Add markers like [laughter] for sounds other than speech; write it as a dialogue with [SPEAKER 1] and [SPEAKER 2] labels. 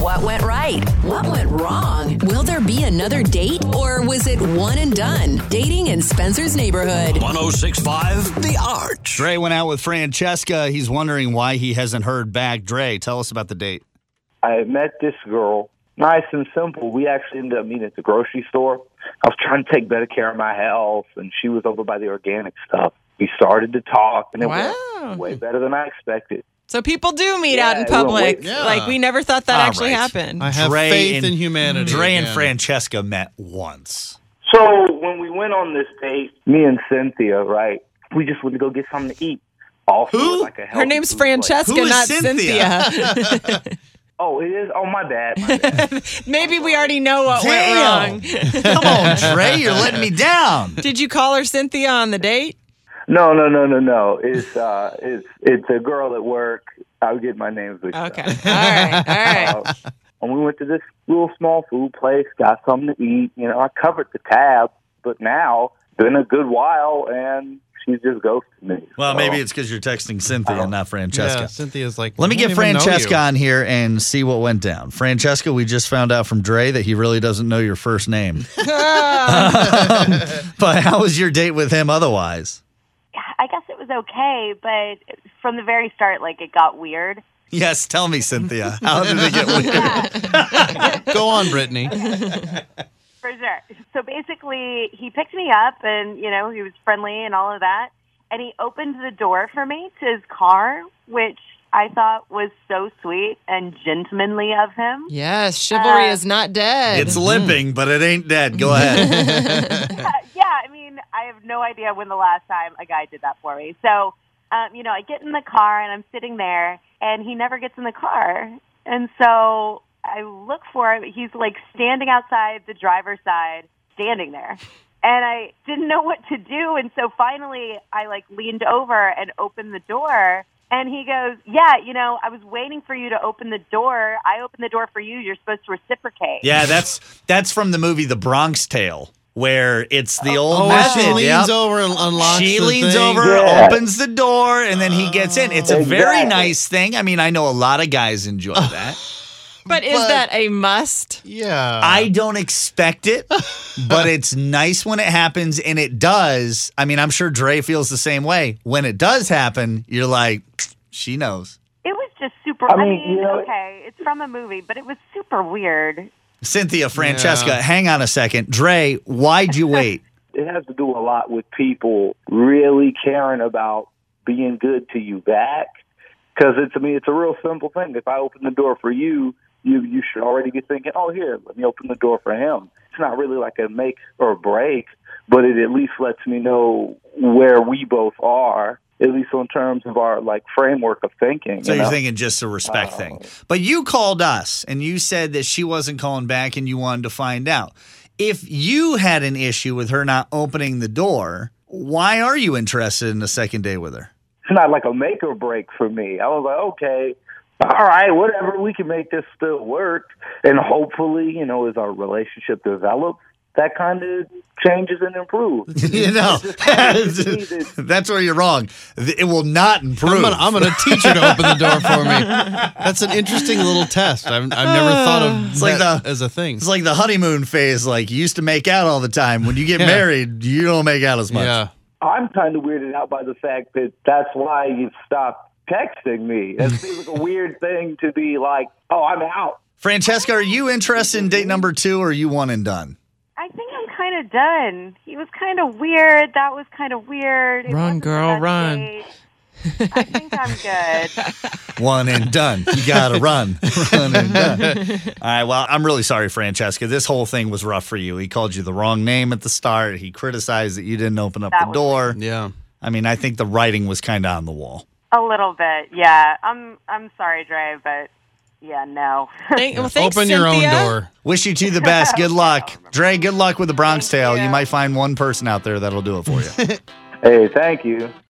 [SPEAKER 1] What went right? What went wrong? Will there be another date or was it one and done? Dating in Spencer's neighborhood.
[SPEAKER 2] 1065 The Arch.
[SPEAKER 3] Dre went out with Francesca. He's wondering why he hasn't heard back. Dre, tell us about the date.
[SPEAKER 4] I met this girl. Nice and simple. We actually ended up meeting at the grocery store. I was trying to take better care of my health, and she was over by the organic stuff. We started to talk, and it
[SPEAKER 5] Wow.
[SPEAKER 4] went way better than I expected.
[SPEAKER 5] So people do meet
[SPEAKER 4] Yeah,
[SPEAKER 5] out in
[SPEAKER 4] it went
[SPEAKER 5] public.
[SPEAKER 4] way-
[SPEAKER 6] Yeah.
[SPEAKER 5] Like we never thought that
[SPEAKER 3] All
[SPEAKER 5] actually
[SPEAKER 3] right.
[SPEAKER 5] happened.
[SPEAKER 6] I have
[SPEAKER 3] Dre
[SPEAKER 6] faith
[SPEAKER 3] and-
[SPEAKER 6] in humanity.
[SPEAKER 3] Dre and
[SPEAKER 6] again.
[SPEAKER 3] Francesca met once.
[SPEAKER 4] So when we went on this date, me and Cynthia, right? We just went to go get something to eat. Also,
[SPEAKER 3] Who?
[SPEAKER 4] Like a
[SPEAKER 5] Her
[SPEAKER 4] healthy
[SPEAKER 5] name's
[SPEAKER 4] food place.
[SPEAKER 5] Francesca,
[SPEAKER 3] Who is
[SPEAKER 5] not
[SPEAKER 3] Cynthia?
[SPEAKER 5] Cynthia.
[SPEAKER 4] Oh, it is. Oh, my bad. My bad.
[SPEAKER 5] [laughs] Maybe we already know what
[SPEAKER 3] Damn.
[SPEAKER 5] went
[SPEAKER 3] [laughs]
[SPEAKER 5] wrong.
[SPEAKER 3] Come on, Dre, you're letting me down.
[SPEAKER 5] Did you call her Cynthia on the date?
[SPEAKER 4] no, no, no, no, no. It's uh, it's it's a girl at work. I'll get my names mixed up.
[SPEAKER 5] Okay. All right. All right.
[SPEAKER 6] [laughs]
[SPEAKER 4] Uh, and we went to this little small food place, got something to eat. You know, I covered the tab, but now been a good while, and she's just ghosted me.
[SPEAKER 3] Well,
[SPEAKER 4] So-
[SPEAKER 3] maybe it's because you're texting Cynthia, not Francesca.
[SPEAKER 6] Oh. Yeah, Cynthia's like.
[SPEAKER 3] Let me
[SPEAKER 6] I don't
[SPEAKER 3] get
[SPEAKER 6] even know
[SPEAKER 3] Francesca
[SPEAKER 6] you.
[SPEAKER 3] on here and see what went down. Francesca, we just found out from Dre that he really doesn't know your first
[SPEAKER 6] [laughs]
[SPEAKER 3] name. [laughs] but how was your date with him otherwise?
[SPEAKER 7] I guess it was okay, but from the very start, like it got weird.
[SPEAKER 3] Yes, tell me, Cynthia. How did it get [laughs] weird?
[SPEAKER 6] Go on,
[SPEAKER 3] [laughs]
[SPEAKER 6] Brittany. Oh,
[SPEAKER 7] For sure. So basically, he picked me up and, you know, he was friendly and all of that. And he opened the door for me to his car, which I thought was so sweet and gentlemanly of him.
[SPEAKER 5] Yes, chivalry
[SPEAKER 7] Uh,
[SPEAKER 5] is not dead.
[SPEAKER 6] Mm-hmm.
[SPEAKER 3] It's limping, but it ain't dead. Go ahead.
[SPEAKER 6] [laughs]
[SPEAKER 7] [laughs] yeah, I mean, I have no idea when the last time a guy did that for me. So, um, you know, I get in the car and I'm sitting there, and he never gets in the car. And so I look for him. He's like standing outside the driver's side, standing there. And I didn't know what to do. And so finally, I like leaned over and opened the door. And he goes, Yeah, you know, I was waiting for you to open the door. I opened the door for you. You're supposed to reciprocate.
[SPEAKER 3] Yeah, that's that's from the movie The Bronx Tale, where it's the old
[SPEAKER 6] Oh,
[SPEAKER 3] method.
[SPEAKER 6] she leans
[SPEAKER 3] Yep.
[SPEAKER 6] over and unlocks.
[SPEAKER 3] she
[SPEAKER 6] the
[SPEAKER 3] leans
[SPEAKER 6] thing.
[SPEAKER 3] over,
[SPEAKER 4] Yeah.
[SPEAKER 3] opens the door, and then he gets in. It's a very
[SPEAKER 4] Exactly.
[SPEAKER 3] nice thing. I mean, I know a lot of guys
[SPEAKER 6] [laughs]
[SPEAKER 3] enjoy that.
[SPEAKER 5] but is
[SPEAKER 6] but-
[SPEAKER 5] that a must?
[SPEAKER 6] Yeah.
[SPEAKER 3] I don't expect it,
[SPEAKER 6] [laughs]
[SPEAKER 3] but it's nice when it happens, and it does. I mean, I'm sure Dre feels the same way. When it does happen, you're like, she knows.
[SPEAKER 7] It was just super.
[SPEAKER 4] I
[SPEAKER 7] I
[SPEAKER 4] mean,
[SPEAKER 7] mean,
[SPEAKER 4] you know-
[SPEAKER 7] okay, it's from a movie, but it was super weird.
[SPEAKER 3] Cynthia, Francesca,
[SPEAKER 6] Yeah.
[SPEAKER 3] hang on a second. Dre, why'd you wait?
[SPEAKER 4] it has to do a lot with people really caring about being good to you back. Because it's, I mean, it's a real simple thing. If I open the door for you, you you should already be thinking, oh, here, let me open the door for him. It's not really like a make or break, but it at least lets me know where we both are, at least in terms of our like framework of thinking.
[SPEAKER 3] So
[SPEAKER 4] you
[SPEAKER 3] you're
[SPEAKER 4] know?
[SPEAKER 3] thinking just a
[SPEAKER 6] Oh.
[SPEAKER 3] respect thing. But you called us and you said that she wasn't calling back and you wanted to find out. If you had an issue with her not opening the door, why are you interested in a second day with her? [laughs]
[SPEAKER 4] it's not like a make or break for me. I was like, okay, all right, whatever, we can make this still work. And hopefully, you know, as our relationship develops, that kind of changes and
[SPEAKER 3] [laughs]
[SPEAKER 4] improves.
[SPEAKER 3] you
[SPEAKER 6] [laughs]
[SPEAKER 3] know, that's where you're wrong. Th- It will not
[SPEAKER 6] I'm
[SPEAKER 3] improve.
[SPEAKER 6] gonna, I'm gonna teach her to open the door
[SPEAKER 3] [laughs]
[SPEAKER 6] for me. That's an interesting little test. I've, I've never thought of
[SPEAKER 3] like
[SPEAKER 6] that
[SPEAKER 3] the-
[SPEAKER 6] as a thing.
[SPEAKER 3] it's like the honeymoon phase. Like you used to make out all the time. When you get
[SPEAKER 6] [laughs] Yeah.
[SPEAKER 3] married, you don't make out as much.
[SPEAKER 6] yeah.
[SPEAKER 4] I'm kind of weirded out by the fact that that's why you stopped texting me. It seems like a weird thing to be like, oh, I'm out.
[SPEAKER 3] Francesca, are you interested in date number two, or are you one and done?
[SPEAKER 7] I think I'm kind of done. He was kind of weird. That was kind of weird. It
[SPEAKER 5] Run,
[SPEAKER 7] wasn't the
[SPEAKER 5] girl,
[SPEAKER 7] best
[SPEAKER 5] run.
[SPEAKER 7] date. I think I'm
[SPEAKER 5] [laughs]
[SPEAKER 7] good.
[SPEAKER 3] One and done. You gotta run. [laughs] Run and done. All right. Well, I'm really sorry, Francesca. This whole thing was rough for you. He called you the wrong name at the start. He criticized that you didn't open up
[SPEAKER 7] That
[SPEAKER 3] the
[SPEAKER 7] was-
[SPEAKER 3] door.
[SPEAKER 6] Yeah.
[SPEAKER 3] I mean, I think the writing was kind of on the wall.
[SPEAKER 7] A little bit, yeah. I'm I'm sorry, Dre, but yeah, no.
[SPEAKER 5] Thank, well, thanks,
[SPEAKER 6] open your
[SPEAKER 5] Cynthia.
[SPEAKER 6] own door.
[SPEAKER 3] Wish you
[SPEAKER 7] [laughs]
[SPEAKER 3] two the best. Good luck. Dre, good luck with the Bronx Tale. You might find one person out there that'll do it for you.
[SPEAKER 4] Hey, thank you.